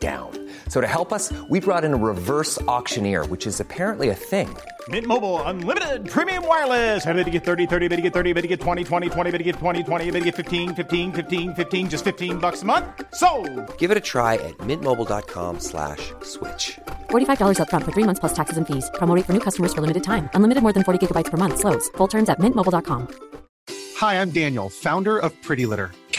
down. So to help us, we brought in a reverse auctioneer, which is apparently a thing. Mint Mobile unlimited premium wireless. Ready to get 30, 30, bet you get 30, bet you get 20, 20, 20, bet you get 20, 20, bet you get 15, 15, 15, 15, just 15 bucks a month. So, Give it a try at mintmobile.com slash switch. $45 upfront for three months plus taxes and fees. Promo rate for new customers for limited time. Unlimited more than 40 gigabytes per month. Slows. Full terms at mintmobile.com. Hi, I'm Daniel, founder of Pretty Litter.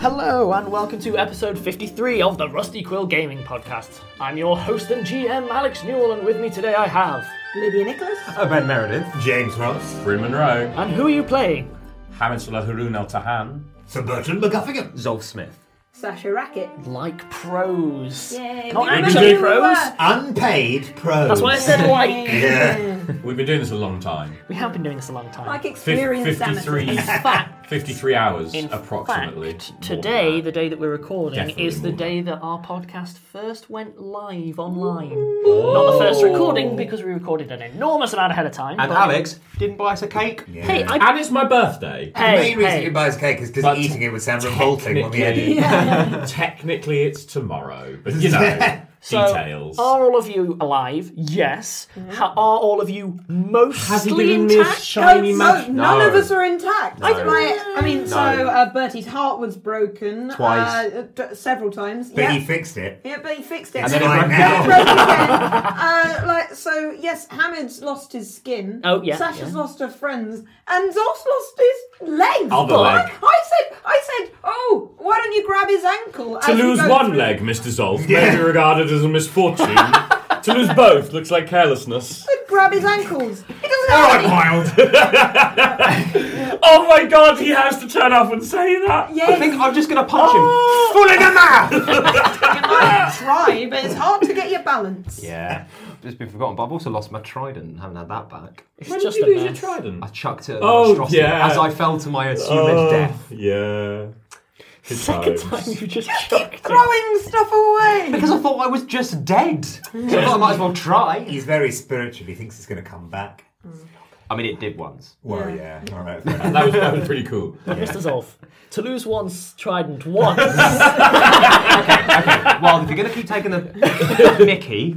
Hello, and welcome to episode 53 of the Rusty Quill Gaming Podcast. I'm your host and GM, Alex Newell, and with me today I have. Lydia Nicholas. Ben Meredith, James Ross, Bryn Monroe, And who are you playing? Hamitullah Harun Al Tahan, Sir Bertrand McGuffigan. Zolf Smith. Sasha Racket. Like pros. Yay, Not we actually remember pros. that. Unpaid pros. That's why I said like. Yeah. We've been doing this a long time. We have been doing this a long time. Like Fif- experienced 53, amateurs. Fact. 53 hours In approximately. fact, More today, than the that. day that we're recording, Definitely is the more than day that our podcast first went live online. Not the first recording because we recorded an enormous amount ahead of time. and but- Alex didn't buy us a cake. Hey, I. And it's my birthday. The hey, main reason hey. he buys cake is because But eating it would sound revolting on the edit. Technically, technically it's tomorrow, but you know, So, Details. Are all of you alive? Yes. Ha- are all of you mostly Mm-hmm. Has he given me a intact? shiny No, mag- none No. of us are intact. I, No. my, I mean, so No. uh, Bertie's heart was broken Twice. uh, d- several times. But yeah. he fixed it. Yeah, but he fixed it. And then it Yeah, broke it down. broke again. uh, like so, yes, Hamid's lost his skin. Oh, yeah, Sasha's yeah. lost her friends, and Zos lost his legs. Other But leg. I, I said, I said, oh, why don't you grab his ankle? To as he lose goes one through- leg, Mr. Zolf, may be regarded as a misfortune. to lose both looks like carelessness. Said, grab his ankles. He doesn't have any. oh my god, he has to turn up and say that. Yes. I think I'm just gonna punch him Oh, full in the mouth. Try, but it's hard to get your balance. Yeah. It's been forgotten, but I've also lost my trident and haven't had that back. It's When just did you a lose your mess. trident? I chucked it at the Oh, monstrosity yeah. as I fell to my assumed Oh, death. Yeah. Good Second times. time you just Throwing stuff away! Because I thought I was just dead. So I thought I might as well try. He's very spiritual. He thinks he's going to come back. I mean, it did once. Well, yeah. All right. That was, that was pretty cool. Mr. Zolf, to lose one's trident once. well, if you're going to keep taking the Mickey,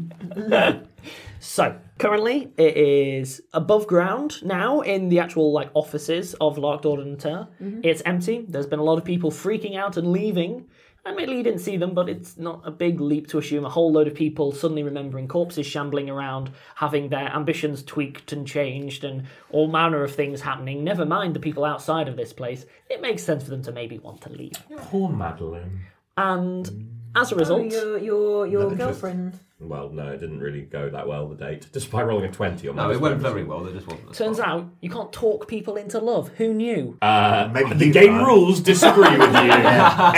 so currently it is above ground now in the actual like offices of Lark and Ter. Mm-hmm. It's empty. There's been a lot of people freaking out and leaving. Admittedly, you didn't see them, but it's not a big leap to assume a whole load of people suddenly remembering corpses shambling around, having their ambitions tweaked and changed, and all manner of things happening. Never mind the people outside of this place. It makes sense for them to maybe want to leave. Poor Madeline. Mm. And as a result, Oh, your your, Love your interest. girlfriend. Well, no, it didn't really go that well, the date, despite rolling a 20 on No, my it went response. very well. There just wasn't. Turns out you can't talk people into love. Who knew? Uh, Maybe the you game can't. rules disagree with you.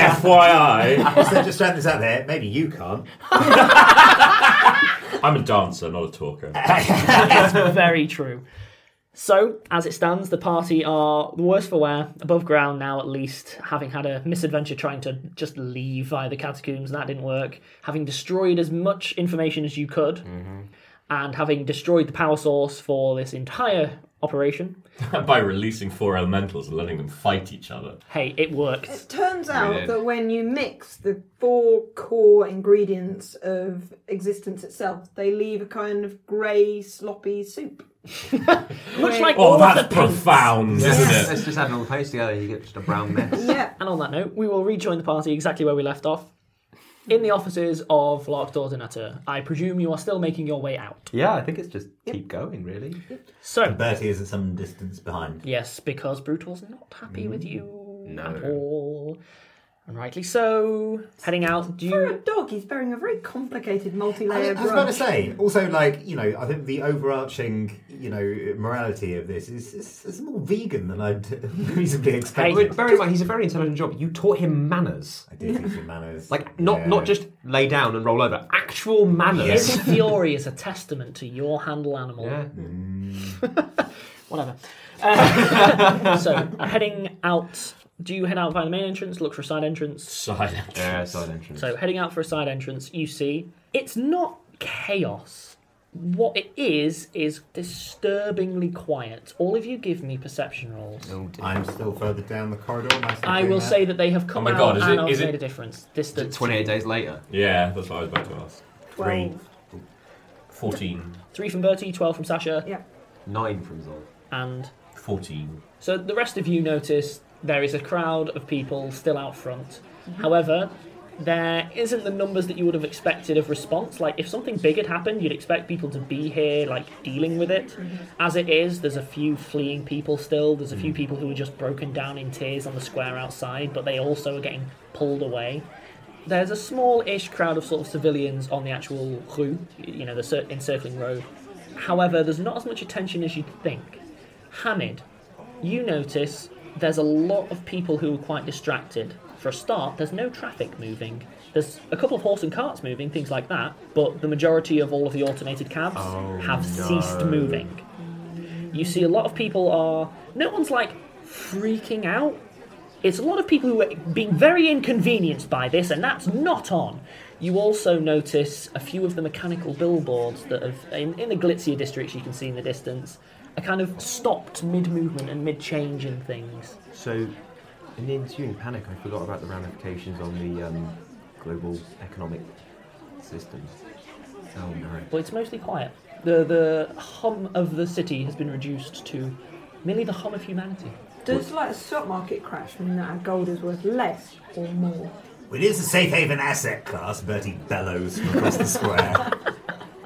FYI. So just throwing this out there. Maybe you can't. I'm a dancer, not a talker. That's very true. So, as it stands, the party are the worse for wear, above ground now at least, having had a misadventure trying to just leave via the catacombs, that didn't work, having destroyed as much information as you could, and having destroyed the power source for this entire operation. By releasing four elementals and letting them fight each other. Hey, it worked. Turns out did. that when you mix the four core ingredients of existence itself, they leave a kind of grey, sloppy soup. Much like Oh, all of that's the paints. profound, It's isn't it? just adding all the paste together, you get just a brown mess. Yeah. And on that note, we will rejoin the party exactly where we left off. In the offices of Lark Dordinator, I presume you are still making your way out. Yeah, I think it's just keep going, really. So, Bertie is at some distance behind. yes, because Brutal's not happy with you at all. And rightly so. Heading out, do For a you. dog, he's bearing a very complicated I multi-layered was about to brush. say, also, like, you know, I think the overarching, you know, morality of this is, is, is more vegan than I'd reasonably I mean, expected. bear in mind, he's a very intelligent job. You taught him manners. I did teach him manners. Like, not, Yeah. not just lay down and roll over, actual manners. His fury is a testament to your handle animal. Yeah. Whatever. Uh, so, heading out, do you head out via the main entrance, look for a side entrance? Side Yeah, side entrance. So heading out for a side entrance, you see it's not chaos. What it is is disturbingly quiet. All of you give me perception rolls. I'm still further down the corridor. am still I doing will that? say that they have come my Oh out God, is and it- have is it- made a difference. Distance 28 days later. Yeah, that's what I was about to ask. Three. 14. three from Bertie, twelve from Sasha, Yeah. Nine from Zol. and 14. So the rest of you notice there is a crowd of people still out front. However, there isn't the numbers that you would have expected of response. Like if something big had happened, you'd expect people to be here, like dealing with it. As it is, there's a few fleeing people still. There's a few people who are just broken down in tears on the square outside, but they also are getting pulled away. There's a small-ish crowd of sort of civilians on the actual rue, you know, the cir- encircling road. However, there's not as much attention as you'd think. Hamid, you notice there's a lot of people who are quite distracted. For a start, there's no traffic moving. There's a couple of horse and carts moving, things like that, but the majority of all of the automated cabs have ceased moving. You see a lot of people are. No one's like freaking out. It's a lot of people who are being very inconvenienced by this, and that's not on. You also notice a few of the mechanical billboards that have, in, in the glitzier districts you can see in the distance, are kind of stopped mid movement and mid change in things. So, in the ensuing panic, I forgot about the ramifications on the um, global economic systems. Oh no. But it's mostly quiet. The the hum of the city has been reduced to merely the hum of humanity. Does like a stock market crash mean that our gold is worth less or more? It is a safe haven asset class, Bertie bellows from across the square.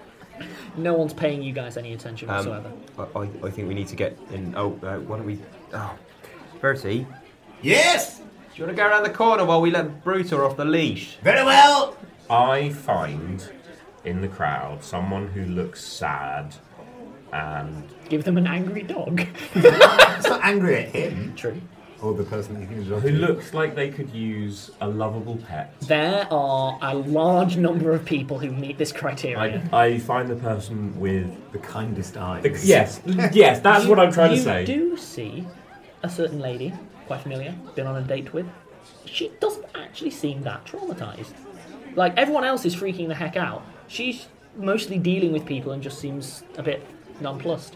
No one's paying you guys any Um, attention whatsoever. I, I, I think we need to get in. Oh, uh, why don't we? Oh, Bertie. Yes. Do you want to go around the corner while we let Bruta off the leash? Very well. I find in the crowd someone who looks sad and. Give them an angry dog. It's not angry at him. True. Or the person that you think is wrong. Who looks like they could use a lovable pet. There are a large number of people who meet this criteria. I, I find the person with the kindest eyes. yes, yes, that's You- what I'm trying to you say. do see a certain lady, quite familiar, been on a date with. She doesn't actually seem that traumatized. Like everyone else is freaking the heck out. She's mostly dealing with people and just seems a bit nonplussed.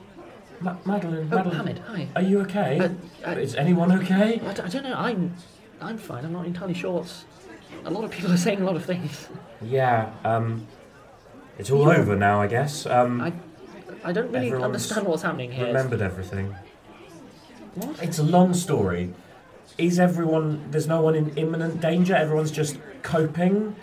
Ma- Madeline, Oh, Madeline, Mohammed, hi. Are you okay? Uh, uh, is anyone okay? I, d- I don't know. I'm, I'm fine. I'm not entirely sure what's. A lot of people are saying a lot of things. Yeah, um, it's all Yeah. over now, I guess. Um, I don't really Everyone's understand what's happening here. remembered everything. What? It's a long story. Is everyone? There's no one in imminent danger. Everyone's just coping.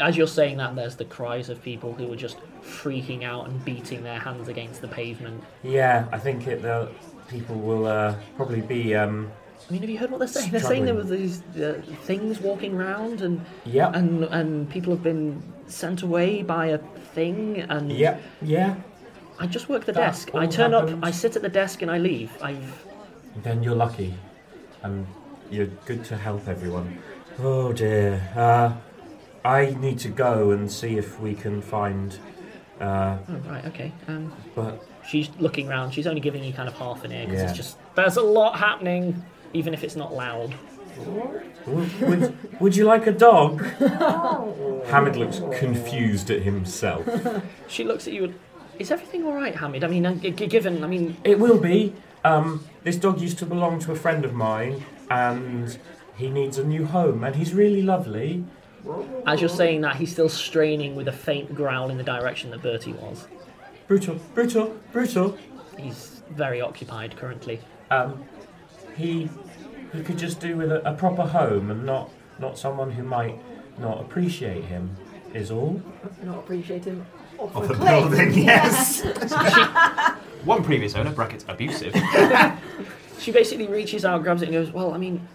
As you're saying that, there's the cries of people who are just freaking out and beating their hands against the pavement. Yeah, I think it. The people will uh, probably be. Um, I mean, have you heard what they're saying? They're saying there were these uh, things walking round, and Yep. and and people have been sent away by a thing, and Yep. Yeah. I just work the That desk. I all turn happened. up, I sit at the desk, and I leave. I've Then you're lucky, and you're good to help everyone. Oh dear. Uh, I need to go and see if we can find. Uh, oh right, okay. Um, but she's looking round. She's only giving you kind of half an ear because Yeah. it's just there's a lot happening, even if it's not loud. would, would you like a dog? Hamid looks confused at himself. She looks at you. and, Is everything all right, Hamid? I mean, uh, g- g- given, I mean, It will be. Um, this dog used to belong to a friend of mine, and he needs a new home, and he's really lovely. as you're saying that, he's still straining with a faint growl in the direction that Bertie was. Brutal, brutal, brutal. He's very occupied currently. Um, he he could just do with a, a proper home and not not someone who might not appreciate him. Is all. Not appreciate him off, Off a a cliff. building, yes. One previous owner, brackets abusive. She basically reaches out, grabs it, and goes, Well, I mean,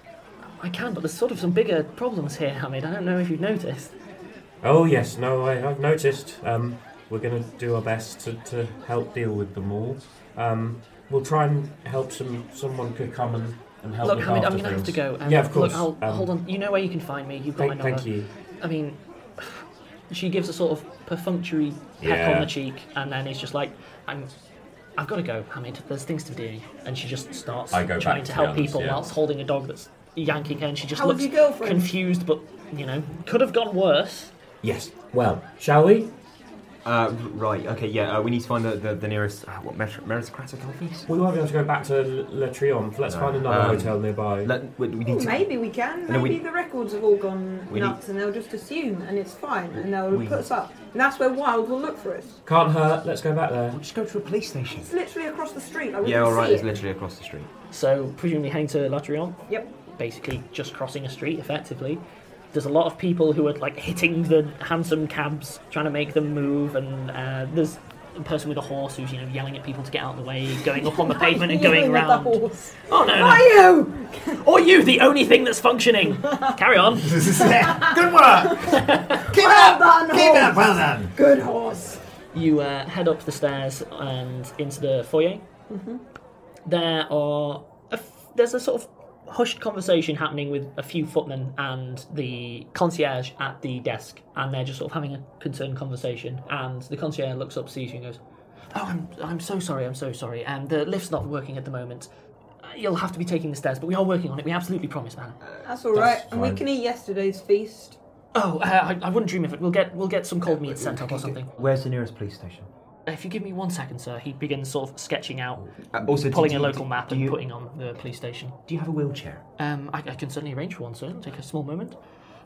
I can, but there's sort of some bigger problems here, Hamid. I don't know if you've noticed. Oh yes, no, I, I've noticed. Um, we're going to do our best to, to help deal with them all. Um, we'll try and help some. Someone could come and, and help. look, look Hamid, I'm after going to have to things. go. Um, yeah, of course. Look, I'll, Um, hold on. You know where you can find me. You've got thank- my number. thank you. I mean, she gives a sort of perfunctory peck Yeah. on the cheek, and then he's just like, I'm. I've got to go, Hamid. There's things to do, and she just starts I go trying back to to help the others, people yeah. whilst holding a dog that's yanking her, and she just How's looks your girlfriend? confused, but you know, could have gone worse. Yes. Well, shall we? Uh, right, okay, yeah, uh, we need to find the, the, the nearest, uh, what, merit- meritocratic office? We won't be able to go back to L- Le Triomphe. Let's find another Um, hotel nearby. Let, we, we need to, Maybe we can. No, Maybe we- the records have all gone We need- nuts and they'll just assume and it's fine and they'll We- put us up. And that's where Wild will look for us. Can't hurt. Let's go back there. Just go to a police station. It's literally across the street. I wouldn't Yeah, alright, see it's it. literally across the street. So presumably heading to La Trion, Yep. basically just crossing a street effectively. There's a lot of people who are like hitting the hansom cabs, trying to make them move, and uh, there's a person with a horse who's you know yelling at people to get out of the way, going up on the pavement and going Even with the round. horse. Oh no! Are no. you? Or you, the only thing that's functioning. Carry on. Good work. Keep Well up. done, Keep horse. up. Well done. Good horse. You uh, head up the stairs and into the foyer. There are a f- there's a sort of hushed conversation happening with a few footmen and the concierge at the desk, and they're just sort of having a concerned conversation. And the concierge looks up, sees you, and goes, "Oh, I'm I'm so sorry. I'm so sorry. And the lift's not working at the moment. Uh, You'll have to be taking the stairs, but we are working on it. We absolutely promise, man. That's alright. And we can eat yesterday's feast. Oh, uh, I, I wouldn't dream of it. We'll get we'll get some cold meat sent up or something. Where's the nearest police station? If you give me one second, sir, he begins sort of sketching out, Uh, also, do- pulling a do- local map do and you- putting on the police station. Do you have a wheelchair? Um, I, I can certainly arrange for one, sir. Take a small moment.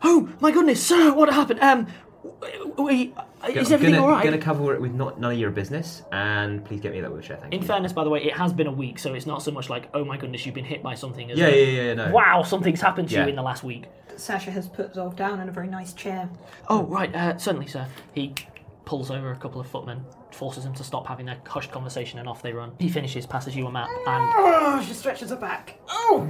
Oh my goodness, sir, what happened? Um, Wait, Go- Uh, is everything gonna, all right? Gonna cover it with not none of your business, and please get me that wheelchair. Thank you. In fairness, by the way, it has been a week, so it's not so much like, oh my goodness, you've been hit by something. As Yeah, a, yeah, yeah, no. Wow, something's happened to Yeah. you in the last week. Sasha has put Zolf down in a very nice chair. Oh, right, uh, certainly, sir. He pulls over a couple of footmen, forces them to stop having their hushed conversation, and off they run. He finishes, passes you a map, and. Oh, she stretches her back. Oh,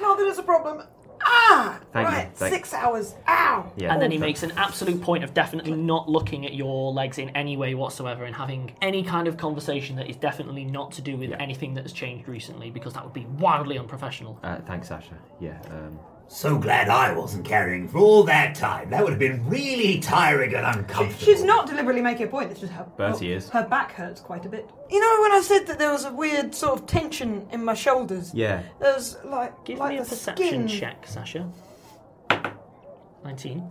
not that it's a problem. Ah, Thank you, right, thank- six hours. Ow. And then he makes an absolute point of definitely not looking at your legs in any way whatsoever and having any kind of conversation that is definitely not to do with anything that has changed recently because that would be wildly unprofessional. Uh, thanks, Sasha. Yeah. Um, So glad I wasn't carrying for all that time. That would have been really tiring and uncomfortable. She's not deliberately making a point. It's just her. Bertie is. Her back hurts quite a bit. You know when I said that there was a weird sort of tension in my shoulders. yeah. There's like Give like me a the skin. perception check, Sasha. 19.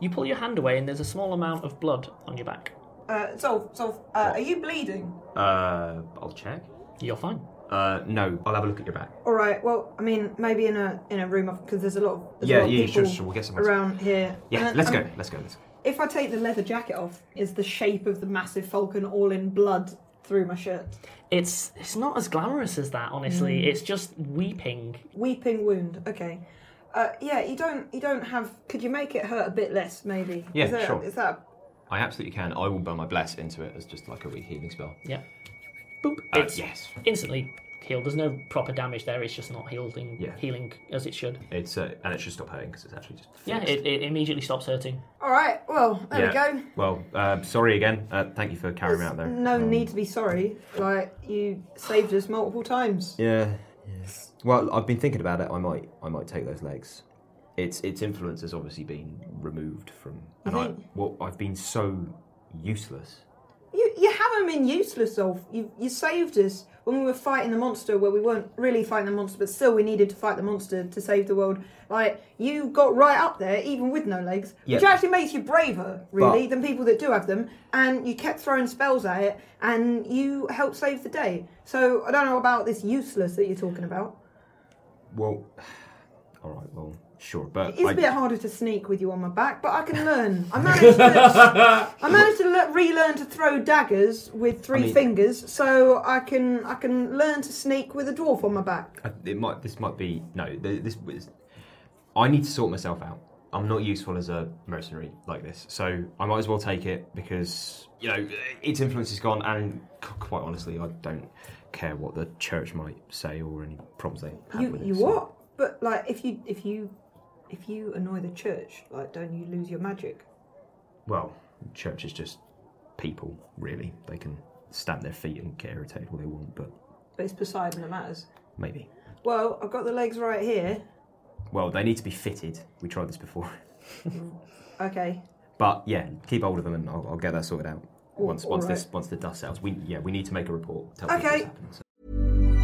You pull your hand away and there's a small amount of blood on your back. Uh, so, so uh, are you bleeding? Uh, I'll check. You're fine. Uh, no, I'll have a look at your back. All right. Well, I mean, maybe in a in a room because there's a lot of there's a Yeah, lot of yeah, sure, people sure, we'll get someone to- around here. Yeah, And let's go. I'm- Let's go. Let's go. If I take the leather jacket off, is the shape of the massive falcon all in blood through my shirt? It's it's not as glamorous as that, honestly. Mm. It's just weeping. Weeping wound. Okay. Uh, yeah, you don't you don't have. Could you make it hurt a bit less, maybe? Yeah, is that, sure. Is that I absolutely can. I will burn my bless into it as just like a weak healing spell. Yeah. Uh, It's yes. instantly healed. There's no proper damage there. It's just not healing, Yeah. healing as it should. It's uh, and it should stop hurting because it's actually just. Yeah, it, it immediately stops hurting. all right? Well, there we go. Well, uh, sorry again. Uh, thank you for carrying me out there. Um, No need to be sorry. Like you saved us multiple times. Yeah. Yes. Well, I've been thinking about it. I might, I might take those legs. Its its influence has obviously been removed from, and I well, I've been so useless. You, you haven't been useless, Ulf. You, you saved us when we were fighting the monster, where we weren't really fighting the monster, but still we needed to fight the monster to save the world. Like, you got right up there, even with no legs, which Yeah. actually makes you braver, really, But- than people that do have them. And you kept throwing spells at it, and you helped save the day. So I don't know about this useless that you're talking about. Well, all right. Well, sure, but It's a I- bit harder to sneak with you on my back, but I can learn. I managed to, I managed to le- relearn to throw daggers with three I mean- fingers, so I can I can learn to sneak with a dwarf on my back. I- it might. This might be no. th- This was. I need to sort myself out. I'm not useful as a mercenary like this, so I might as well take it because you know its influence is gone. And c- quite honestly, I don't care what the church might say or any problems they have You with it. you so- what? But like, if you if you if you annoy the church, like, don't you lose your magic? Well, church is just people, really. They can stamp their feet and get irritated all they want, but But it's Poseidon that matters. maybe. Well, I've got the legs right here. Well, they need to be fitted. We tried this before, Okay. but yeah, keep hold of them, and I'll, I'll get that sorted out All- once all once right. this once the dust settles. We yeah, we need to make a report. Tell people Okay.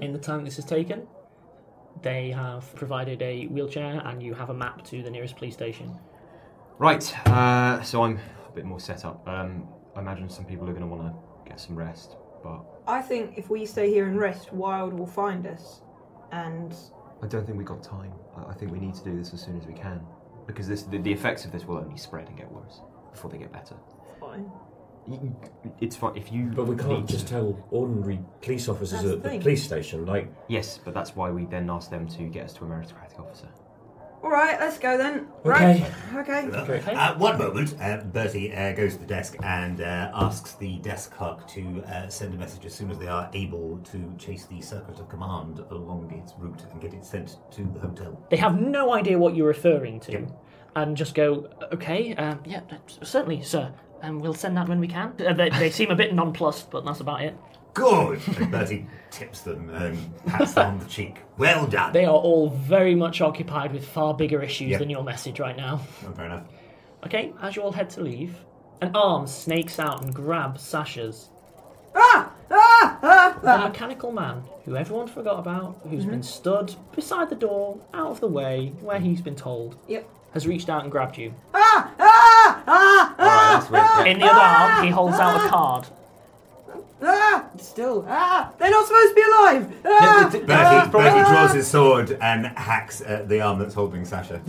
In the time this has taken, they have provided a wheelchair and you have a map to the nearest police station. Right, uh, so I'm a bit more set up. Um, I imagine some people are going to want to get some rest, but I think if we stay here and rest, Wild will find us. And I don't think we've got time. I- I think we need to do this as soon as we can because this, the, the effects of this will only spread and get worse before they get better. fine. You- It's fine if you. But we can't need to- just tell ordinary police officers That's at the the thing. police station, like, Yes, but that's why we then asked them to get us to a meritocratic officer. All right, let's go then. Okay. Right. Okay. At one moment, uh, Bertie uh, goes to the desk and uh, asks the desk clerk to uh, send a message as soon as they are able to chase the circuit of command along its route and get it sent to the hotel. They have no idea what you're referring to, and just go, "Okay, um, yeah, that's- certainly, sir, and we'll send that when we can." Uh, they, they seem a bit nonplussed, but that's about it. Good! And Bertie tips them and pats them on the cheek. Well done! They are all very much occupied with far bigger issues Yeah. Oh, than your message right now. fair enough. Okay, as you all head to leave, an arm snakes out and grabs Sasha's. Ah, ah, The mechanical man, who everyone forgot about, who's been stood beside the door, out of the way, where he's been told, Yep. has reached out and grabbed you. ah, ah, ah, ah, In the other arm, he holds out a card. ah, still. Ah, they're not supposed to be alive. Ah, Bertie, ah, Bertie ah. draws his sword and hacks at the arm that's holding Sasha.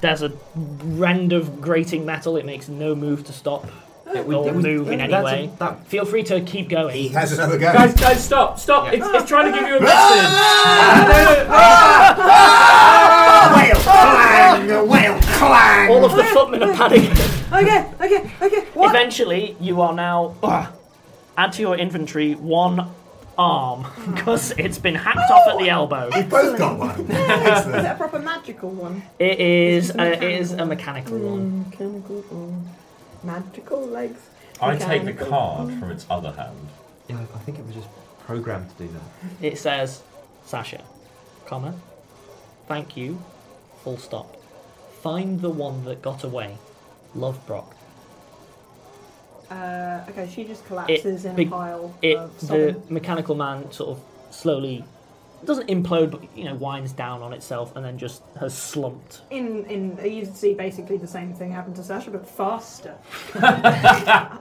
There's a rend of grating metal, it makes no move to stop. It will move in any that's way. Feel free to keep going. He has another go. Guys, guys, stop, stop! It's, it's trying to give you a Ah! Clang! Whale! Clang! All of the footmen are panicking. Okay, okay, okay. What? Eventually, you are now. Ah. Ugh. add to your inventory one arm because it's been hacked off at the elbow. We've both got one. Is that a proper magical one? It is. A, it is a mechanical one. Mechanical arms, Um, magical legs. I take the mechanical card arms. from its other hand. Yeah, I think it was just programmed to do that. It says, Sasha, comma, thank you, full stop. Find the one that got away. Love Brock. Uh, okay, she just It, collapses in be- a pile it- of the sobbing. mechanical man sort of slowly doesn't implode, but you know, winds down on itself and then just has slumped. In in you see basically the same thing happened to Sasha, but faster.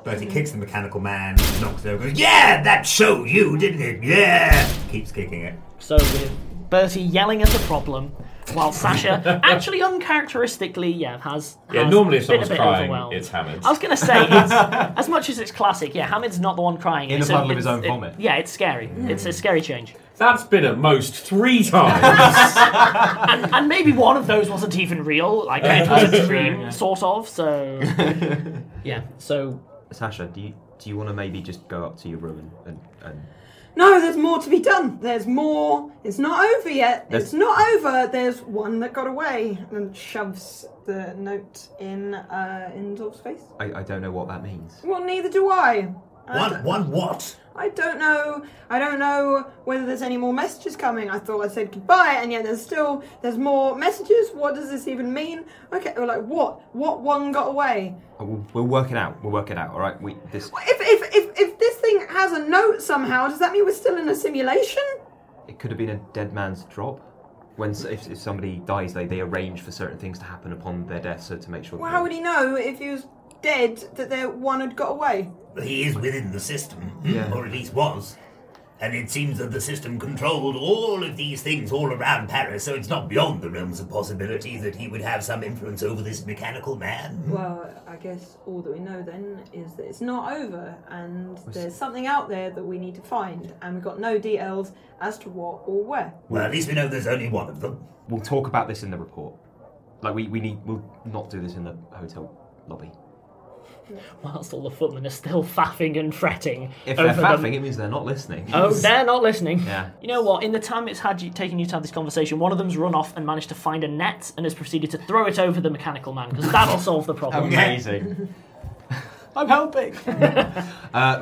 Bertie kicks the mechanical man, knocks it over, goes, Yeah, that showed you, didn't it? Yeah! Keeps kicking it. So with Bertie yelling at the problem, while Sasha actually uncharacteristically, yeah, has. Yeah, has normally if been a someone's bit crying, overwhelmed. it's Hamid. I was going to say, it's, as much as it's classic, yeah, Hamid's not the one crying. In it's a puddle of it's- his own it- vomit. yeah, it's scary. Mm. It's a scary change. That's been at most three times. and, and maybe one of those wasn't even real. Like it was a dream, sort of. So yeah. So Sasha, do you do you want to maybe just go up to your room and, and No, there's more to be done. There's more. It's not over yet. There's- It's not over. There's one that got away and shoves the note in uh, in Dorf's face. I, I don't know what that means. Well, neither do I. I One don't- one what? I don't know. I don't know whether there's any more messages coming. I thought I said goodbye, and yet there's still there's more messages. What does this even mean? Okay, well, like what? What one got away? Oh, We'll, we'll work it out. We'll work it out. All right. We this If if if if this thing has a note somehow, does that mean we're still in a simulation? it could have been a dead man's drop. When s- if, if somebody dies, they, they arrange for certain things to happen upon their death, so to make sure. Well, how would he know if he was dead that their one had got away? He is within the system, Yeah. or at least was. And it seems that the system controlled all of these things all around Paris, so it's not beyond the realms of possibility that he would have some influence over this mechanical man. Well, I guess all that we know then is that it's not over, and there's something out there that we need to find, and we've got no details as to what or where. Well, at least we know there's only one of them. We'll talk about this in the report. Like we, we need we'll not do this in the hotel lobby. whilst all the footmen are still faffing and fretting If over they're faffing, them. it means they're not listening. Oh, they're not listening. Yeah. You know what? In the time it's had you, taken you to have this conversation, one of them's run off and managed to find a net and has proceeded to throw it over the mechanical man because that'll solve the problem. Amazing. I'm helping. Uh, right,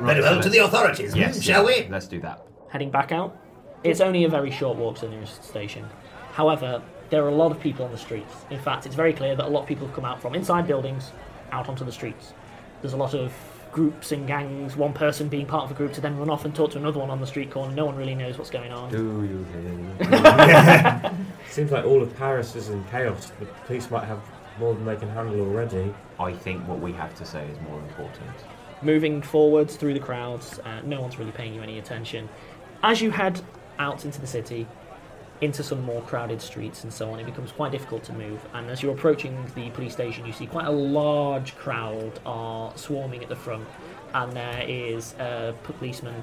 Better so vote to let's- the authorities, Hmm, Yes, shall yeah, we? Let's do that. Heading back out, it's only a very short walk to the nearest station. However, there are a lot of people on the streets. In fact, it's very clear that a lot of people have come out from inside buildings out onto the streets. There's a lot of groups and gangs, one person being part of a group to then run off and talk to another one on the street corner. No one really knows what's going on. Do you Seems like all of Paris is in chaos. The police might have more than they can handle already. I think what we have to say is more important. moving forwards through the crowds. Uh, no one's really paying you any attention. As you head out into the city, into some more crowded streets and so on, it becomes quite difficult to move. And as you're approaching the police station, you see quite a large crowd are swarming at the front, and there is a policeman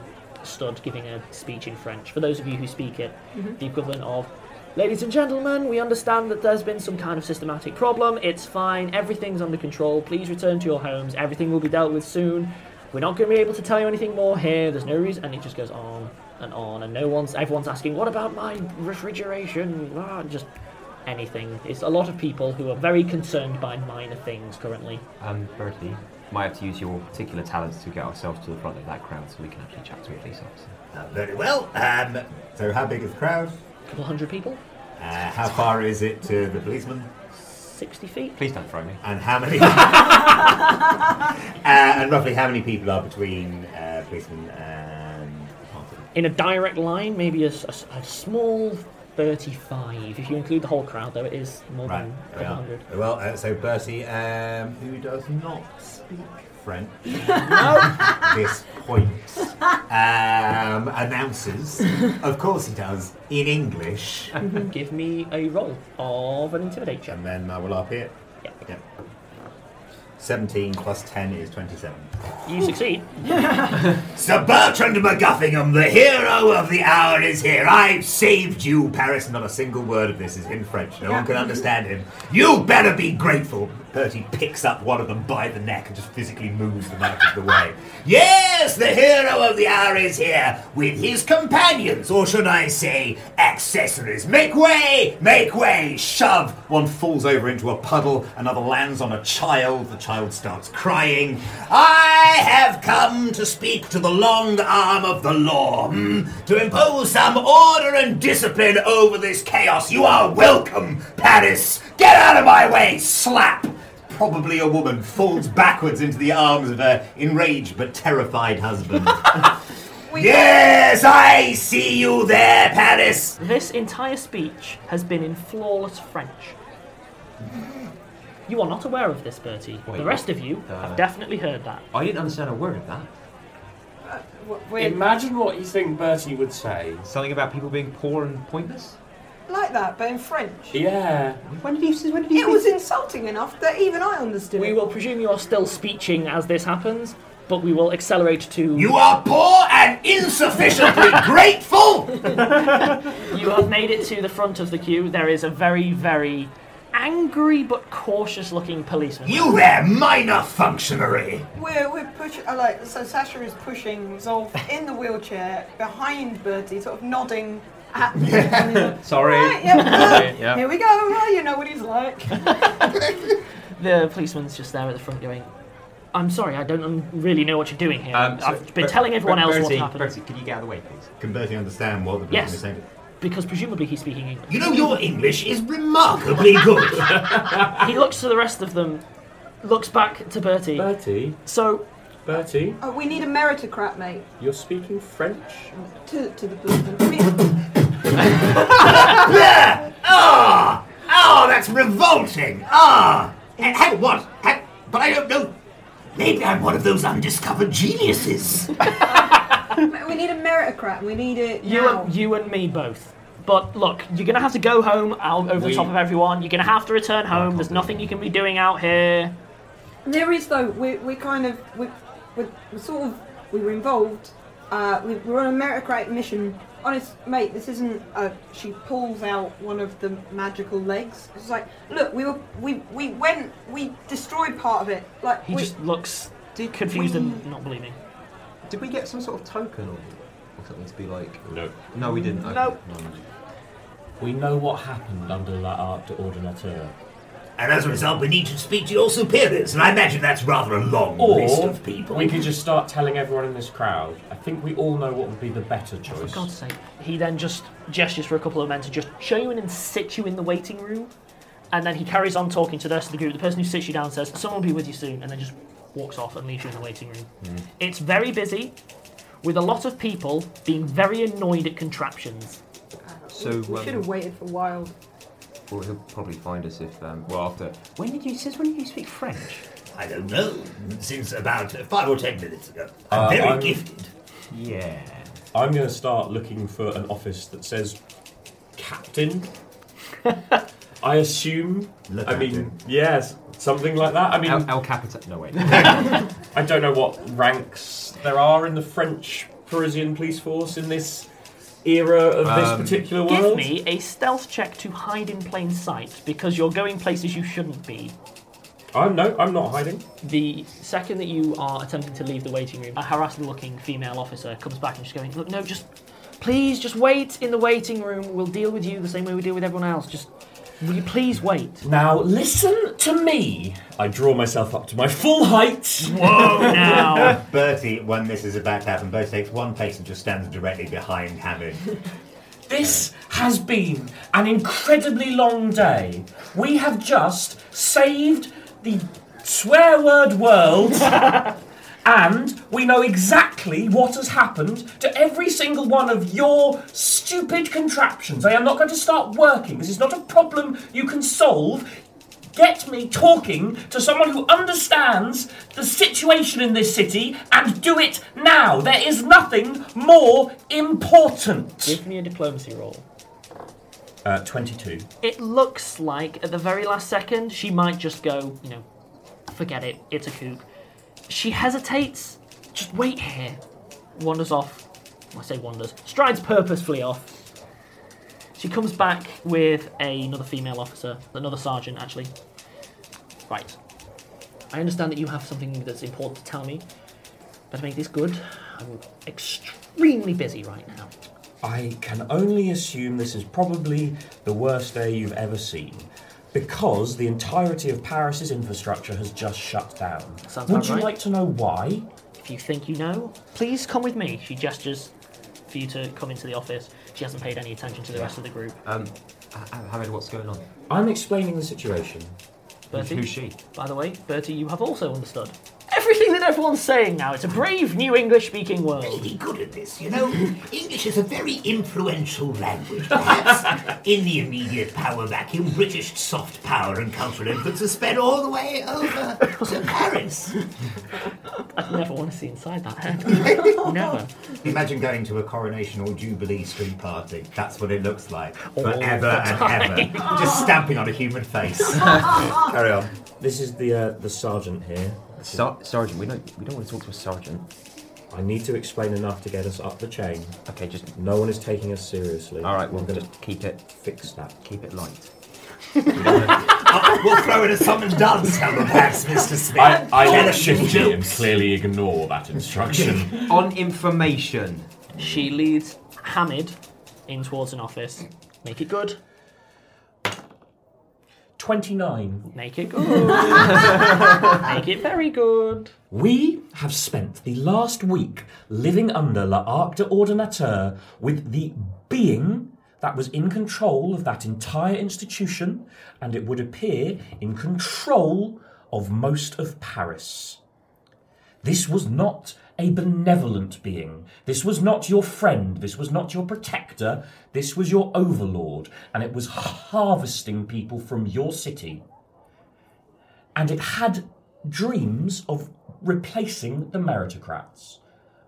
stood giving a speech in French. For those of you who speak it, Mhm. the equivalent of Ladies and gentlemen, we understand that there's been some kind of systematic problem. It's fine. Everything's under control. Please return to your homes. Everything will be dealt with soon. We're not going to be able to tell you anything more here. There's no reason. And it just goes on and on. And no one's. Everyone's asking, what about my refrigeration? Ah, just anything. It's a lot of people who are very concerned by minor things currently. Um, Bertie, might have to use your particular talents to get ourselves to the front of that crowd so we can actually chat to a police officer. Uh, very well. Um, so, how big is the crowd? A couple hundred people? Uh, how far is it to the policeman? 60 feet? Please don't throw me. And how many? uh, and roughly how many people are between uh, policeman and In a direct line, maybe a, s- a s- a small 35. If you include the whole crowd, though, it is more than a we couple are. hundred. Well, uh, so Bertie, um, who does not speak French at this point, um, announces, of course he does, in English. Give me a roll of an intimidate check. And then I will up it. Yep. 17 plus 10 is 27. You succeed. Sir Bertrand MacGuffingham, the hero of the hour, is here. I've saved you, Paris. Not a single word of this is in French. No one can understand him. You better be grateful. Bertie picks up one of them by the neck and just physically moves them out of the way. Yes, the hero of the hour is here with his companions, or should I say, accessories. Make way! Make way! Shove! One falls over into a puddle, another lands on a child, the child starts crying. I have come to speak to the long arm of the law, hmm, to impose some order and discipline over this chaos. You are welcome, Paris! Get out of my way! Slap! Probably a woman falls backwards into the arms of her enraged but terrified husband. yes, I see you there, Paris! This entire speech has been in flawless French. You are not aware of this, Bertie. Wait, the rest of you have definitely heard that. I didn't understand a word of that. Wait. Uh, Imagine what you think Bertie would say. Something about people being poor and pointless? like that, but in French. Yeah. When did he? When did he? It was insulting enough that even I understood. We will presume you are still speeching as this happens, but we will accelerate to. You are poor and insufficiently grateful! you have made it to the front of the queue. There is a very, very angry but cautious looking policeman. You there, minor functionary! We're we're pushing. Uh, like so, Sasha is pushing Zolf in the wheelchair behind Bertie, sort of nodding. At Sorry. Right, yeah, Sorry, uh, Here we go. Well, you know what he's like. The policeman's just there at the front going, I'm sorry, I don't um, really know what you're doing here. Um, so- I've been Ber- telling everyone Ber- else Bertie, what happened. Bertie, could you get out of the way, please? Can Bertie understand what the person Yes. is saying? Because presumably he's speaking English. You know, your English is remarkably good. he looks to the rest of them, looks back to Bertie. Bertie? So. Bertie? Oh, we need a meritocrat, mate. You're speaking French? To to the policeman. I mean, there! Ah! Ah, that's revolting! Ah! And how what? Ha- but I don't know. Maybe I'm one of those undiscovered geniuses. we need a meritocrat. We need it You, now. and, you and me both. But look, you're going to have to go home out over We- the top of everyone. You're going to have to return home. There's nothing you can be doing out here. There is though. We're, we're kind of we're, we're, we're sort of we were involved. Uh, we, we're on a meritocratic mission. Honest, mate, this isn't. A, she pulls out one of the magical legs. It's like, look, we were we we went we destroyed part of it. Like He we, just looks confused and not believing. Did we get some sort of token or, or something to be like? No. No, we didn't. Okay. No. We know what happened under La Arc Ordinateur. And as a result, we need to speak to your superiors, and I imagine that's rather a long Or list of people. we could just start telling everyone in this crowd. I think we all know what would be the better choice. Oh, For God's sake. He then just gestures for a couple of men to just show you in and sit you in the waiting room. And then he carries on talking to the rest of the group. The person who sits you down says, Someone will be with you soon. And then just walks off and leaves you in the waiting room. Hmm. It's very busy, with a lot of people being very annoyed at contraptions. So, we should have um, waited for a while. well, he'll probably find us if, um, well, after. When did you, since when did you speak French? I don't know. Since about five or ten minutes ago. I'm Uh, very I'm- gifted. Yeah. I'm going to start looking for an office that says captain. I assume. I mean, yes, something like that. I mean, El, Capitan. No wait. I don't know what ranks there are in the French Parisian police force in this era of Um, this particular Give world. me a stealth check to hide in plain sight because you're going places you shouldn't be. I'm no, I'm not hiding. The second that you are attempting to leave the waiting room, a harassed-looking female officer comes back and she's going, "Look, no, just please, just wait in the waiting room. We'll deal with you the same way we deal with everyone else. Just, will you please wait?" Now listen to me. I draw myself up to my full height. Whoa, now. Bertie, when this is about to happen, Bertie takes one pace and just stands directly behind Hammond. This has been an incredibly long day. We have just saved the swear word world. And we know exactly what has happened to every single one of your stupid contraptions. I am not going to start working. This is not a problem you can solve. Get me talking to someone who understands the situation in this city and do it now. There is nothing more important. Give me a diplomacy roll. Uh, 22. It looks like at the very last second she might just go, you know, forget it. It's a kook. She hesitates. Just wait here. Wanders off. I say wanders. Strides purposefully off. She comes back with a- another female officer, another sergeant, actually. Right. I understand that you have something that's important to tell me. Better make this good. I'm extremely busy right now. I can only assume this is probably the worst day you've ever seen. Because the entirety of Paris's infrastructure has just shut down. Sounds Would about you right. like to know why? If you think you know, please come with me. She gestures for you to come into the office. She hasn't paid any attention to the rest of the group. Um, Hammond, what's going on? I'm explaining the situation. Bertie, Who's she? By the way, Bertie, you have also understood. everything that everyone's saying now. It's a brave new English speaking world. Really good at this, you know. English is a very influential language. Perhaps in the immediate power vacuum, British soft power and cultural influence are spread all the way over to Paris. I'd never want to see inside that head. never. Imagine going to a coronation or jubilee street party. That's what it looks like the forever and time. ever, just stamping on a human face. Carry on. This is the uh, the sergeant here. sergeant, we don't we don't want to talk to a sergeant. I need to explain enough to get us up the chain. Okay, just no one is taking us seriously. All right, we're gonna keep it. Fix that. Keep it light. we'll throw in a summon dance number, perhaps, Mr. Smith. I, Tell I look us your shifty and jokes. clearly ignore that instruction. On information. She leads Hamid in towards an office. Make it good. 29. Make it good. Make it very good. We have spent the last week living under La Arc de Ordinateur with the being that was in control of that entire institution, and it would appear in control of most of Paris. This was not a benevolent being. This was not your friend. This was not your protector. This was your overlord, and it was harvesting people from your city. And it had dreams of replacing the meritocrats.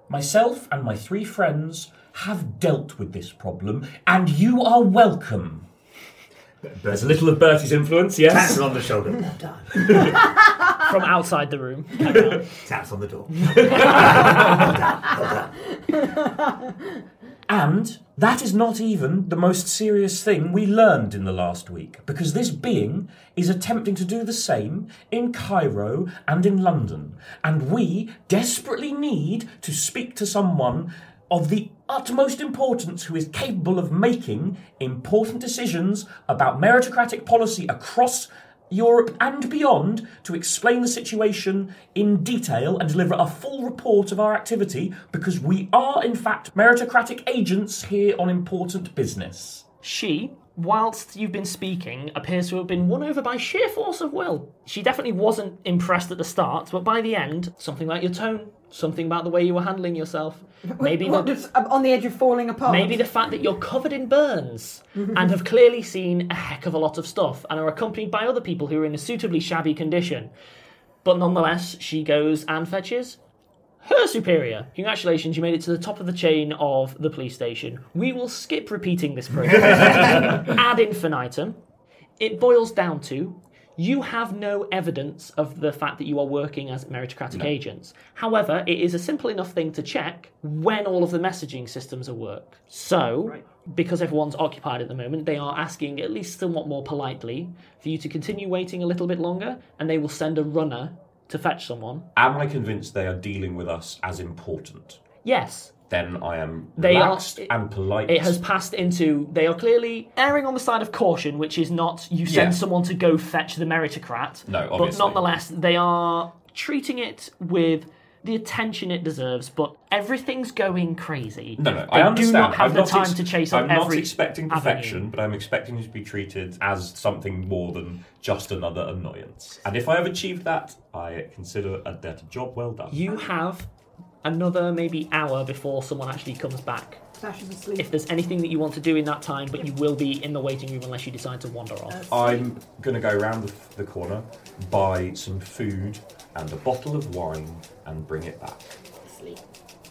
Myself and my three friends have dealt with this problem, and you are welcome. There's a little of Bertie's influence, yes. Taps on the shoulder. From outside the room. Taps on the door. And that is not even the most serious thing we learned in the last week, because this being is attempting to do the same in Cairo and in London. And we desperately need to speak to someone of the utmost importance who is capable of making important decisions about meritocratic policy across Europe and beyond to explain the situation in detail and deliver a full report of our activity because we are, in fact, meritocratic agents here on important business. She, whilst you've been speaking, appears to have been won over by sheer force of will. She definitely wasn't impressed at the start, but by the end, something about your tone, something about the way you were handling yourself, maybe What, the, just uh, on the edge of falling apart. maybe the fact that you're covered in burns and have clearly seen a heck of a lot of stuff and are accompanied by other people who are in a suitably shabby condition. But nonetheless, she goes and fetches her superior. Congratulations, you made it to the top of the chain of the police station. We will skip repeating this process ad infinitum. It boils down to you have no evidence of the fact that you are working as meritocratic agents. However, it is a simple enough thing to check when all of the messaging systems are work. So, because everyone's occupied at the moment, they are asking, at least somewhat more politely, for you to continue waiting a little bit longer, and they will send a runner to fetch someone. Am I convinced they are dealing with us as important? Yes, Then I am They are- relaxed and polite. It has passed into. They are clearly erring on the side of caution, which is not you send Yeah. someone to go fetch the meritocrat. No, But obviously. nonetheless, they are treating it with the attention it deserves, but everything's going crazy. No, no, They I understand. do not have I'm the not time ex- to chase I'm up not every expecting avenue. perfection, but I'm expecting to be treated as something more than just another annoyance. And if I have achieved that, I consider a debt a job well done. You have another maybe hour before someone actually comes back. Sash is asleep. If there's anything that you want to do in that time, but you will be in the waiting room unless you decide to wander off. I'm going to go round the, the corner, buy some food and a bottle of wine, and bring it back.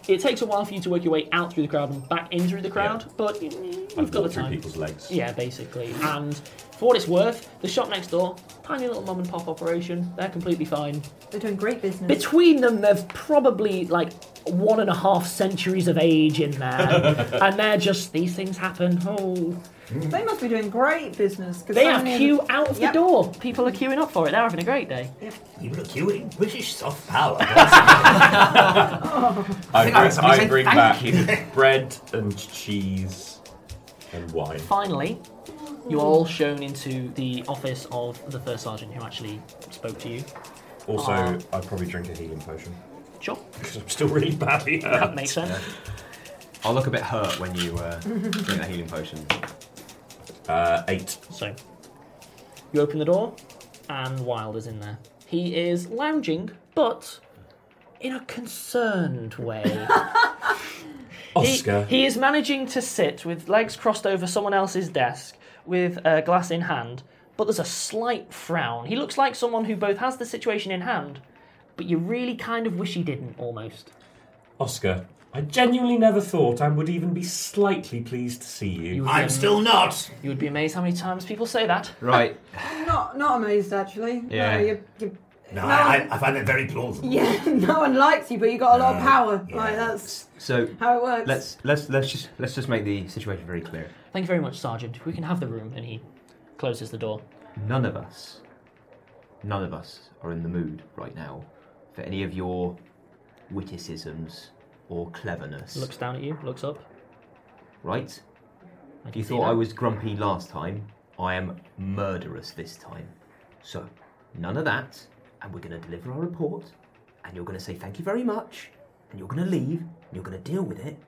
It takes a while for you to work your way out through the crowd and back in through the crowd, but mm, I've you've got the through time. people's legs. Yeah, basically. And for what it's worth, the shop next door, tiny little mom and pop operation, they're completely fine. They're doing great business. Between them, they've probably like one and a half centuries of age in there, and they're just these things happen. Oh, They must be doing great business. 'cause they so are many queue of- out of Yep. the door. People are queuing up for it. They're having a great day. People are queuing. British soft power. I think I heard bring, I somebody say bring back thank bread and cheese and wine. Finally, you are all shown into the office of the first sergeant who actually spoke to you. Also, Ah. I'd probably drink a healing potion. Sure. Because I'm still really badly hurt. That makes sense. I look a bit hurt when you uh, drink that healing potion. Uh, eight. So, you open the door, and Wild is in there. He is lounging, but in a concerned way. Oscar. He, he is managing to sit with legs crossed over someone else's desk with a glass in hand, but there's a slight frown. He looks like someone who both has the situation in hand, but you really kind of wish he didn't almost. Oscar, I genuinely never thought I would even be slightly pleased to see you. You would be am- You would be amazed how many times people say that. Right. I'm not not amazed actually. Yeah. No, you, you, No, I, I, I find that very plausible. yeah, no one likes you, but you got a lot of power. Like that's So how it works. let's let's let's just let's just make the situation very clear. Thank you very much, Sergeant. We can have the room. And he closes the door. None of us, none of us are in the mood right now for any of your witticisms or cleverness. looks down at you, looks up. right? I can You see thought that. I was grumpy last time. I am murderous this time. So, none of that. And we're going to deliver our report. And you're going to say thank you very much. And you're going to leave. And you're going to deal with it.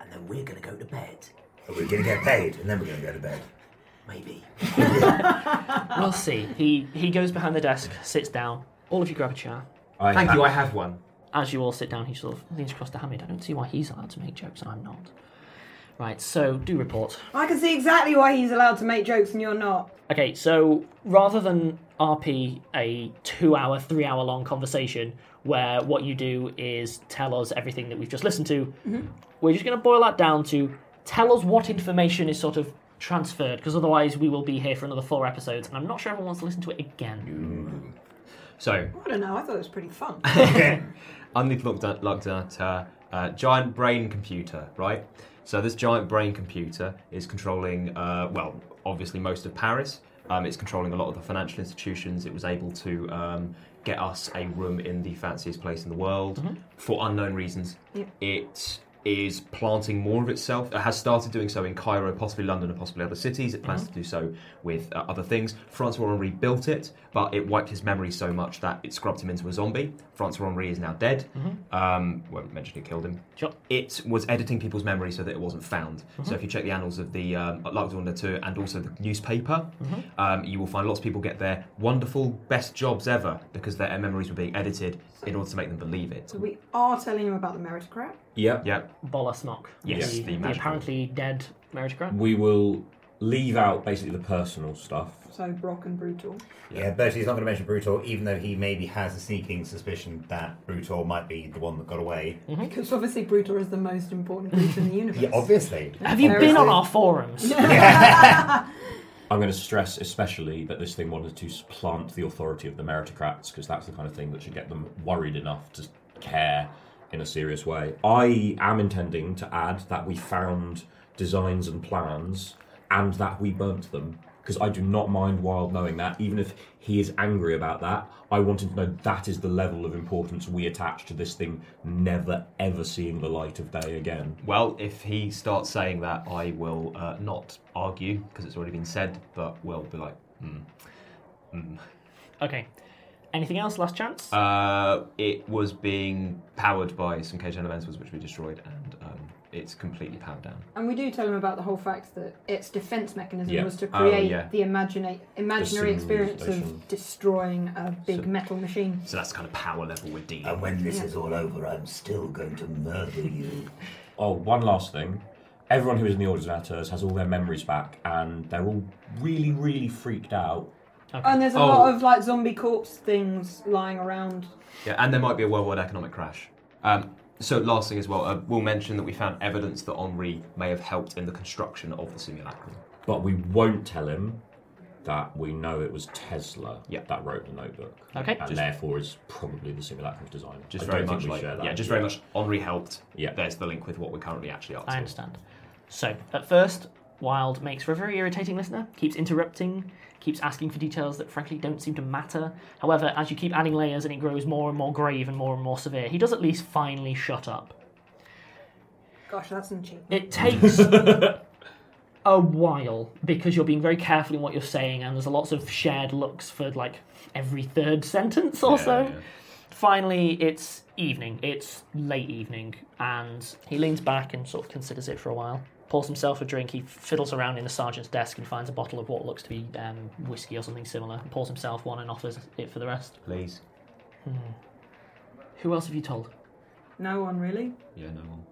And then we're going to go to bed. We're going to get paid, and then we're going to go to bed. Maybe. We'll see. He he goes behind the desk, sits down. All of you grab a chair. I Thank have- you, I have one. As you all sit down, he sort of leans across to Hamid. I don't see why he's allowed to make jokes and I'm not. Right, so do report. I can see exactly why he's allowed to make jokes and you're not. Okay, so rather than RP a two hour, three hour long conversation where what you do is tell us everything that we've just listened to, Mhm. we're just going to boil that down to tell us what information is sort of transferred, because otherwise we will be here for another four episodes, and I'm not sure everyone wants to listen to it Mm. again. So, I don't know. I thought it was pretty fun. Unleash looked at looked at a uh, giant brain computer, right? So this giant brain computer is controlling, uh, well, obviously most of Paris. Um, it's controlling a lot of the financial institutions. It was able to um, get us a room in the fanciest place in the world Mhm. for unknown reasons. Yep. It is planting more of itself. It has started doing so in Cairo, possibly London, and possibly other cities. It plans Mhm. to do so with uh, other things. Francois Henri built it, but it wiped his memory so much that it scrubbed him into a zombie. Francois Henri is now dead. Um, won't mention who killed him. It was editing people's memory so that it wasn't found. Mhm. So if you check the annals of the um, Lac Two and also the newspaper, Mhm. um, you will find lots of people get their wonderful best jobs ever because their memories were being edited in order to make them believe it. So we are telling him about the meritocrat. Yep. Yep. Bola Smok. Yes, the, the the magical- apparently dead meritocrat. We will leave out basically the personal stuff. So Brock and Brutal. Mm-hmm. Yeah, Bertie's not going to mention Brutal, even though he maybe has a sneaking suspicion that Brutal might be the one that got away. Mm-hmm. Because obviously Brutal is the most important creature in the universe. Yeah, obviously. Have you been on our forums? I'm going to stress especially that this thing wanted to supplant the authority of the meritocrats because that's the kind of thing that should get them worried enough to care in a serious way. I am intending to add that we found designs and plans and that we burnt them because I do not mind Wild knowing that, even if he is angry about that. I want him to know that is the level of importance we attach to this thing never ever seeing the light of day again. Well, if he starts saying that, I will uh, not argue because it's already been said, but will be like, hmm. hmm. okay. Anything else? Last chance? Uh, it was being powered by some cage elementals, which we destroyed, and um, it's completely powered down. And we do tell him about the whole fact that its defense mechanism Yeah. was to Oh, create yeah. the imagina- imaginary experience Simulation. of destroying a big metal machine. So that's the kind of power level we're dealing. And when this Yeah. is all over, I'm still going to murder you. Oh, one last thing. Everyone who is in the Orders of Amateurs has all their memories back, and they're all really, really freaked out. And there's a Oh. lot of like zombie corpse things lying around. Yeah, and there might be a worldwide economic crash. Um, so, last thing as well, uh, we'll mention that we found evidence that Henri may have helped in the construction of the simulacrum. But we won't tell him that we know it was Tesla that wrote the notebook. Okay. And Just- therefore is probably the simulacrum designer. Just I very don't think much we like, share that. yeah, just very much Henri helped. Yeah, there's the link with what we're currently actually up to. I understand. So, at first, Wild makes for a very irritating listener, keeps interrupting, keeps asking for details that frankly don't seem to matter. However, as you keep adding layers and it grows more and more grave and more and more severe, he does at least finally shut up. Gosh, that's an achievement. It takes a while because you're being very careful in what you're saying, and there's lots of shared looks for like every third sentence or so. Finally, it's evening. It's late evening, and he leans back and sort of considers it for a while. Pours himself a drink. He fiddles around in the sergeant's desk and finds a bottle of what looks to be um, whiskey or something similar. And pours himself one and offers it for the rest. Please. Hmm. Who else have you told? No one really. Yeah, no one.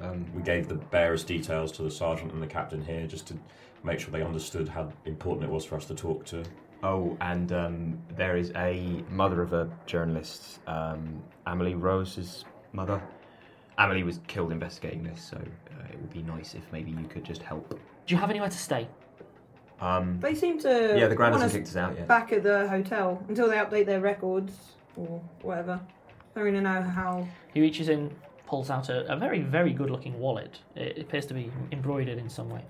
Um, we gave the barest details to the sergeant and the captain here just to make sure they understood how important it was for us to talk to. Oh, and um, there is a mother of a journalist, um, Amelie Rose's mother. Amelie was killed investigating this, so uh, it would be nice if maybe you could just help. Do you have anywhere to stay? Um, They seem to. Yeah, the Grand want hasn't kicked us out yet. Back at the hotel until they update their records or whatever. I don't really know how. He reaches in, pulls out a, a very, very good looking wallet. It appears to be embroidered in some way.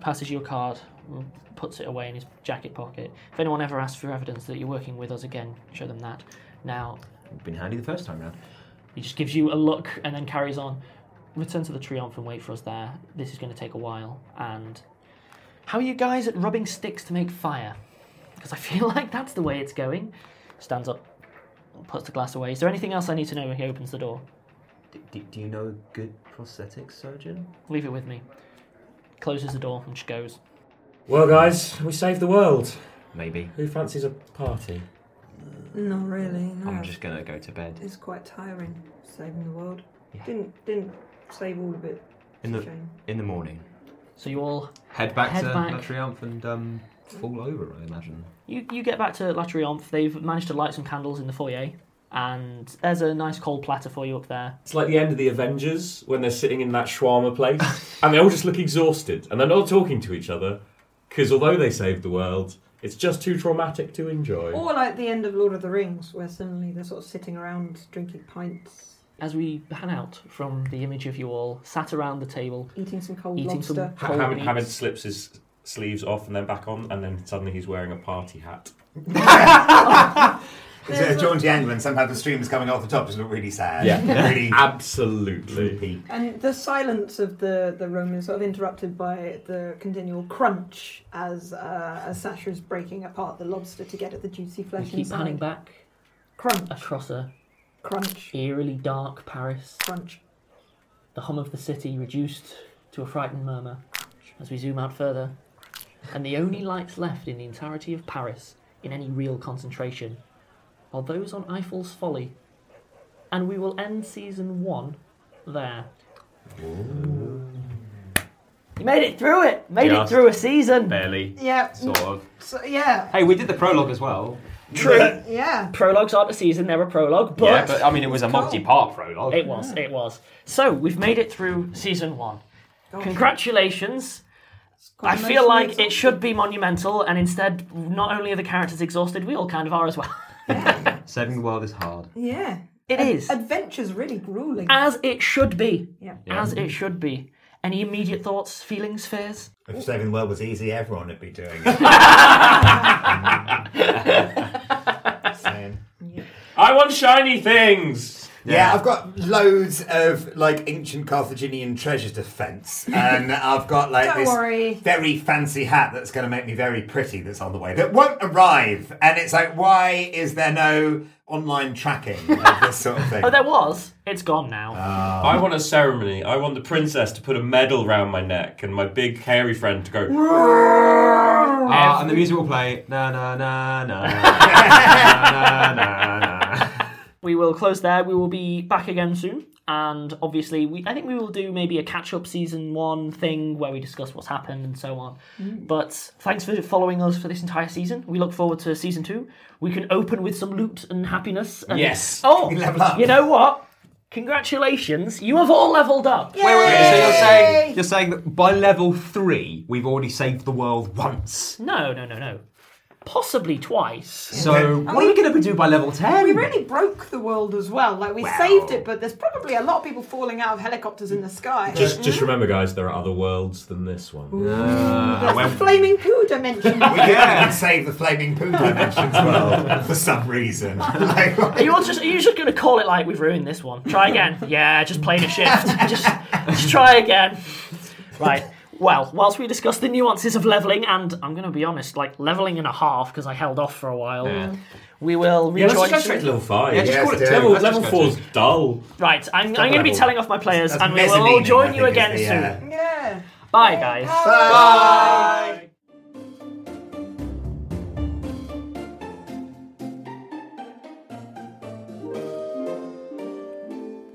Passes you a card, and puts it away in his jacket pocket. If anyone ever asks for evidence that you're working with us again, show them that. Now. Been handy the first time round. He just gives you a look and then carries on. Return to the Triumph and wait for us there. This is going to take a while. And. How are you guys at rubbing sticks to make fire? Because I feel like that's the way it's going. Stands up, puts the glass away. Is there anything else I need to know when he opens the door? Do, do, do you know a good prosthetic surgeon? Leave it with me. Closes the door and just goes. Well, guys, we saved the world. Maybe. Who fancies a party? Not really. No. I'm just gonna go to bed. It's quite tiring saving the world. Didn't didn't save all of it. In the Shame. in the morning. So you all head back head to back. La Triumph and um, fall over, I imagine. You, you get back to La Triomphe. They've managed to light some candles in the foyer, and there's a nice cold platter for you up there. It's like the end of the Avengers when they're sitting in that shawarma place and they all just look exhausted and they're not talking to each other because although they saved the world, it's just too traumatic to Oh. enjoy. Or like the end of Lord of the Rings, where suddenly they're sort of sitting around drinking pints, As we pan out from the image of you all sat around the table, eating some cold Eating some lobster. cold Hammond, meat. Hammond slips his sleeves off and then back on, and then suddenly he's wearing a party hat. It's a jaunty angle, and somehow the stream's coming off the top. Just look really sad. Yeah. really absolutely. And the silence of the, the room is sort of interrupted by the continual crunch as uh, as Sasha's breaking apart the lobster to get at the juicy we flesh keep inside. panning back crunch across a crunch eerily dark Paris. Crunch. The hum of the city reduced to a frightened murmur as we zoom out further, and the only lights left in the entirety of Paris in any real concentration are those on Eiffel's Folly. And we will end season one there. You made it through it! Made Just it through a season! Barely. Yeah. Sort of. So yeah, Hey, we did the prologue as well. True. yeah. Prologues aren't a season, they're a prologue, but. yeah, but I mean, it was a multi-part prologue. It was, it was. So, we've made it through season one. Congratulations! I feel like it should be monumental, and instead, not only are the characters exhausted, we all kind of are as well. Saving the world is hard. yeah. It is. Adventure's really grueling. As it should be. Yeah. As it should be. Any immediate thoughts, feelings, fears? If saving the world was easy, everyone would be doing it. Saying. I want shiny things! Yeah, I've got loads of like ancient Carthaginian treasure to fence, and I've got like Don't this worry. very fancy hat that's going to make me very pretty that's on the way that won't arrive, and it's like, why is there no online tracking of this sort of thing? Oh, there was. It's gone now. I want a ceremony. I want the princess to put a medal round my neck and my big hairy friend to go. Ah, and the music will play. Na na na na. na, na, na, na. we will close there. We will be back again soon. And obviously, we, I think we will do maybe a catch up season one thing where we discuss what's happened and so on. Mm. But thanks for following us for this entire season. We look forward to season two. We can open with some loot and happiness. And, Yes. Oh, We level up. you know what? Congratulations, you have all leveled up. Wait, wait, wait, so you're saying you're saying that by level three we've already saved the world once. No, no, no, no. Possibly twice. So what are we going to do by level ten? We really broke the world as well. Like we saved it, but there's probably a lot of people falling out of helicopters in the sky. Just, just remember, guys, there are other worlds than this one. That's the Mm-hmm. flaming poo dimension. we yeah. save the flaming poo dimension as well for some reason. Like, Are you all just are you just gonna call it like we've ruined this one? Try again. yeah, just played a shift. Just, just try again. Right. Well, whilst we discuss the nuances of leveling, and I'm gonna be honest, like leveling and a half because I held off for a while. Yeah. We will Yeah, rejoin. let's just go straight to level five. Yeah, just Yes, call it do. two. level, Let's level just go four's dull. Right, I'm, I'm going to be level. telling off my players, That's and we will all mezzanine, I join you think, again is the, uh, soon. Bye, guys. Bye.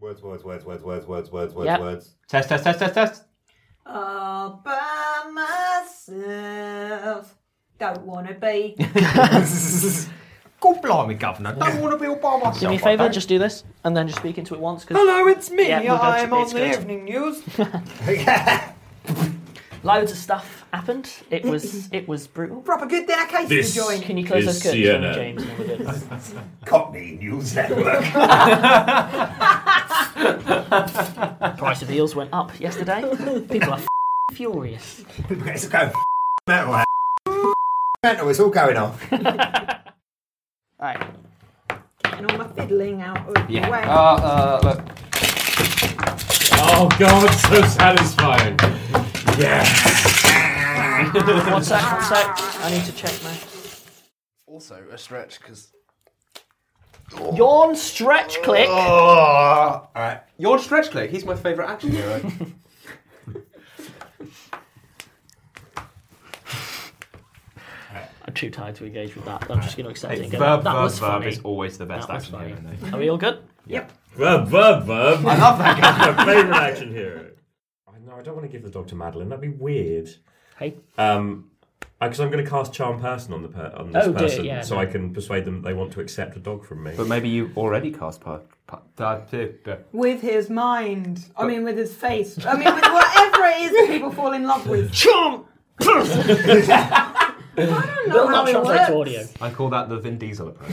Words, words, words, words, words, words, words, words, Yep. words. Test, test, test, test, test. All by myself. Don't want to be. Go blimey, governor. Don't want to be all by myself. Do me a favour, just do this and then just speak into it once. 'cause- Hello, it's me. Yeah, we'll go to- I'm on it's the good. evening news. Loads of stuff happened. It was it was brutal. Proper good there, Casey. This join. Can you close those curtains for me, James? and then we're good. Cockney News Network. Price of eels went up yesterday. People are f- furious. it's going metal. eh? Metal, it's all going on. Alright. Getting all my fiddling out of the way. Uh, uh, look. Oh god, so satisfying. Yeah. one sec, one sec. I need to check my. Also, a stretch because Yawn, stretch, click. all right. Ah. Your stretch click. He's my favourite action hero. I'm too tired to engage with that. I'm just going to accept Hey, it. and go, verb, that verb, was verb funny. is always the best That was action funny." hero. Are we all good? Yep. Verb, verb, verb. I love that guy. My favourite action hero. I know, I don't want to give the dog to Madeline. That'd be weird. Hey. Um, because I'm going to cast charm person on the per- on this Oh, dear, person, yeah, so no. I can persuade them that they want to accept a dog from me. But maybe you already cast part. With his mind. I mean, with his face. I mean, with whatever it is that people fall in love with. Chomp! know Will how not it translate works. to audio. I call that the Vin Diesel approach.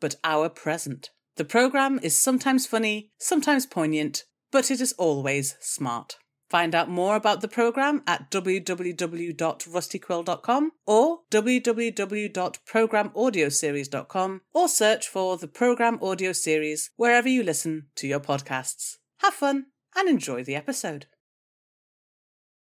but our present. The programme is sometimes funny, sometimes poignant, but it is always smart. Find out more about the programme at www.rustyquill.com or www.programaudioseries.com or search for the programme audio series wherever you listen to your podcasts. Have fun and enjoy the episode.